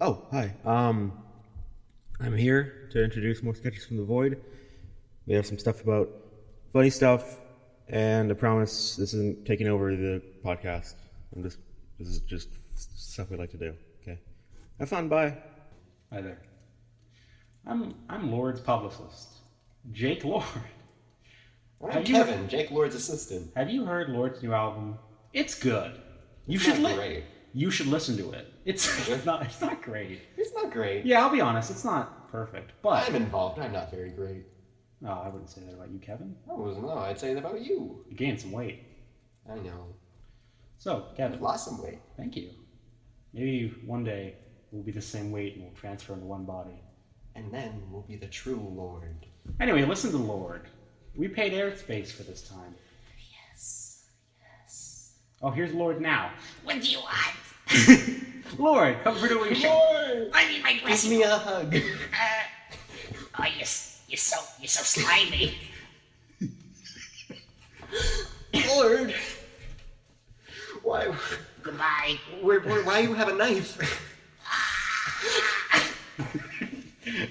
Oh, hi. Um, I'm here to introduce more sketches from the void. We have some stuff about funny stuff, and I promise this isn't taking over the podcast. I'm just this is just stuff we like to do. Okay, have fun. Bye. Hi there. I'm I'm Lord's publicist, Jake Lord. I'm Have you- Kevin, Jake Lord's assistant. Have you heard Lord's new album? It's good. You It's should not li- great. You should listen to it. It's, it's not. It's not great. It's not great. Yeah, I'll be honest. It's not perfect, but I'm involved. I'm not very great. no, I wouldn't say that about you, Kevin. Oh no, I'd say that about you. You gained some weight. I know. So, I've Kevin, lost some weight. thank you. Maybe one day we'll be the same weight and we'll transfer into one body. And then we'll be the true Lord. Anyway, listen to Lord. We paid airspace for this time. Yes. Yes. Oh, here's Lord now. What do you want? Lord, come for tuition. Lord! I need my Give dressing. me a hug. Uh, oh, you're, s- you're so you're so slimy. Lord! Why? Goodbye. Where, where, why you have a knife?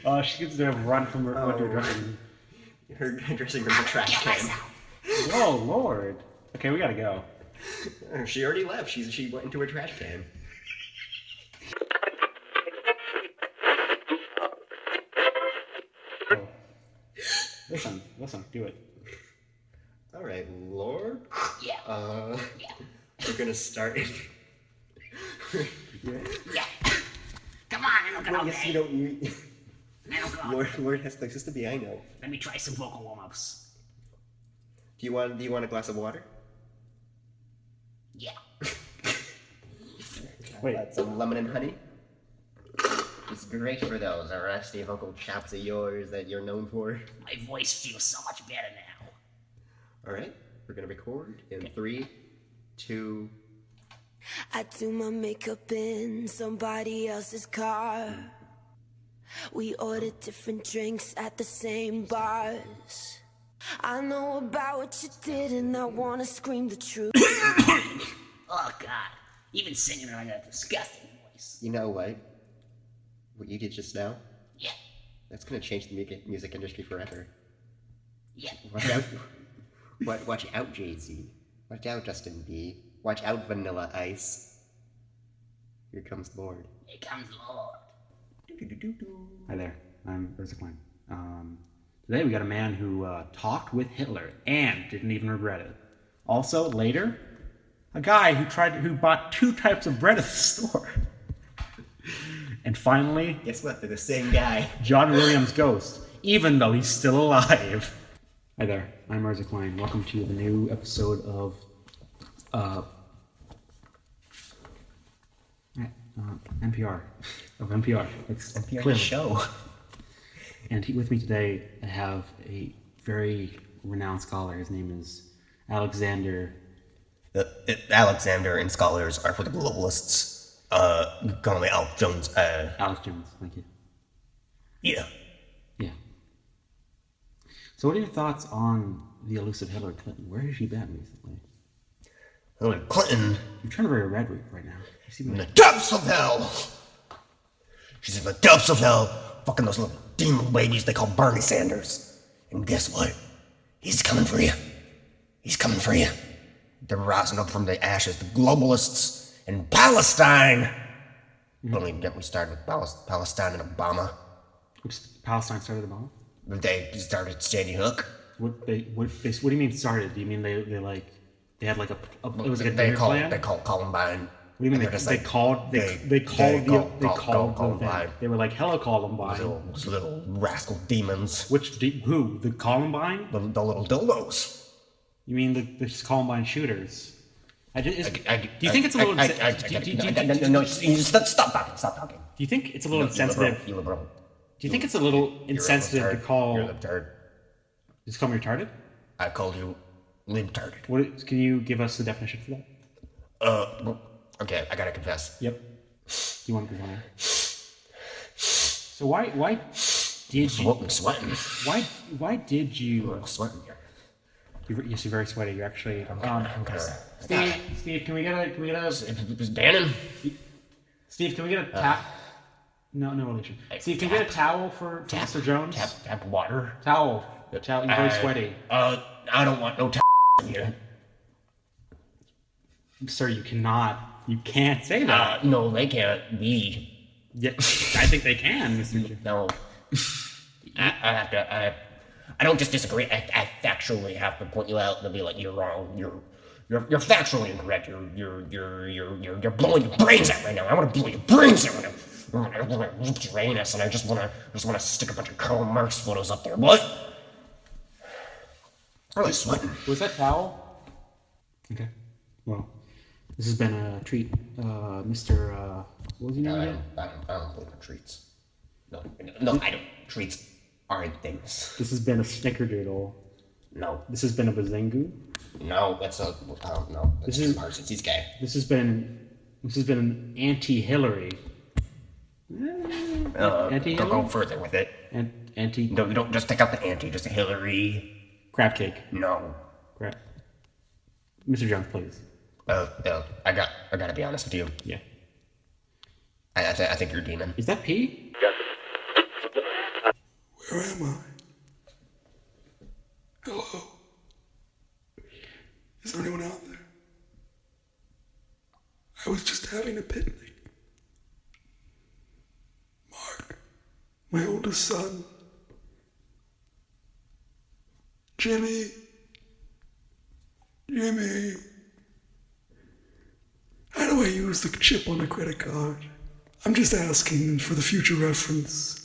Uh, she gets to run from her, oh. Oh. her dressing. Her dressing room's a trash Kill can. myself. Whoa, Lord. Okay, we gotta go. She already left. She she went into a trash can. Oh. Listen, listen, do it. All right, Lord. Yeah. Uh, Yeah. we're gonna start. Yeah. Come on, I don't got all yes, you day. don't. You, I don't got all Lord, Lord has places to be. I know. Let me try some vocal warm-ups. Do you want? Do you want a glass of water? Yeah. Wait. Got some lemon and honey. It's great for those rusty vocal chops of yours that you're known for. My voice feels so much better now. All right, we're gonna record in three, two. I do my makeup in somebody else's car. We order different drinks at the same bars. I know about what you did, and I wanna scream the truth. Oh God. Even singing, I got a disgusting voice. You know what? What you did just now? Yeah. That's gonna change the mu- music industry forever. Yeah. Watch out! watch, watch out, Jay Z. Watch out, Justin B. Watch out, Vanilla Ice. Here comes Lord. Here comes Lord. Hi there. I'm Urza Klein. Um, today we got a man who uh, talked with Hitler and didn't even regret it. Also, later, a guy who tried who bought two types of bread at the store. and finally, Guess what? They're the same guy. John Williams' ghost, even though he's still alive. Hi there, I'm Urza Klein. Welcome to the new episode of. Uh, uh, NPR. Of NPR. It's You're clearly. the show. And he- with me today, I have a very renowned scholar. His name is Alexander. Uh, uh, Alexander and scholars are for the globalists. Uh, commonly Alf Jones. Uh, Alex Jones. Thank you. yeah. Yeah. So, what are your thoughts on the elusive Hillary Clinton? Where has she been recently? Hillary Clinton, You're turning very red right now. You seem Oh, in like the depths of hell. She's in the depths of hell, fucking those little demon ladies they call Bernie Sanders. And guess what? He's coming for you. He's coming for you. They're rising up from the ashes, the globalists in Palestine. Don't even get me started with Palis- Palestine and Obama. Oops, Palestine started the bomb. They started Sandy Hook. What they what they, what do you mean started? Do you mean they they like they had like a, a it was like a they dinner call plan? they call Columbine. what do you mean And they, they're just they like, called they they, called the call- they call- called call the event. Columbine. They were like hello Columbine. Little, those little rascal demons, Which do, who the Columbine? the, the little dildos. You mean the, the Columbine shooters? I just, I- I- do you think it's a little? I- insen- I- I- do- do- do- I- do- I- no, do- no, no, you just- stop- Stop talking. Stop talking. do you think it's a little You liberal, insensitive? You liberal. Do you think it's a little You're a insensitive to libtard. You're a call libtard. just call me retarded? I called you libtard. What is- can you give us the definition for that? Uh, okay, I gotta confess. Yep. You want to go on? So why why did you I'm sweating. why why did you? I'm sweating here. You're, yes, you're very sweaty. You're actually. Um, I'm kinda- Steve, Steve, can we get a can we get a It was Bannon. Uh. Steve? Can we get a tap? No, no elation. See, can you get a towel for, for Mr. Jones? Tap, tap water. Towel. Towel. You're very Uh, sweaty. Uh, I don't want no tap in here. Sir, you cannot. You can't say that. Uh, no, they can't. We yeah, I think they can, Mr. Jones. no. I, I have to. I, I don't just disagree. I, I factually have to point you out. They'll be like, "You're wrong. You're, you're, you're factually incorrect. You're, you're, you're, you're, you're, you're blowing your brains out right now. I want to blow your brains out right now." I don't want to loop Uranus, and I just want to just want to stick a bunch of Karl Marx photos up there. What? I'm really sweating. Was that towel? Okay. Well, this has been a treat, uh, Mr. Uh, what was your name I again? don't, I don't, I don't believe in treats. No, no, I don't. Treats aren't things. This has been a snickerdoodle. No, This has been a bazingu. no, that's a, oh, I don't know. That's This is- Jim Parsons. He's gay. This has been this has been an anti-Hillary. Uh, Anti don't go Hillary? further with it. An- anti Don't, don't just take out the anti, just Hillary. crab cake. No. Crap. Mr. Jones, please. Uh, uh, I got, I gotta be honest with you. Yeah. I, I, th- I think you're a demon. Is that pee? Where am I? Hello? Is there anyone out there? I was just having a picnic. Mark, my oldest son. Jimmy. Jimmy. How do I use the chip on a credit card? I'm just asking for the future reference.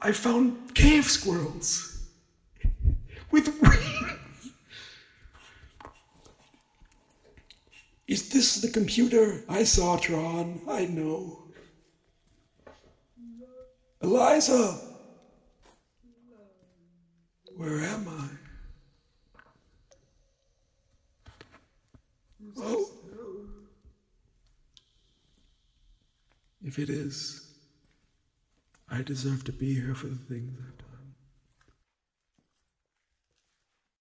I found cave squirrels with wings. Is this the computer? I saw Tron. I know. Eliza, where am I? Oh. If it is. I deserve to be here for the things I've done.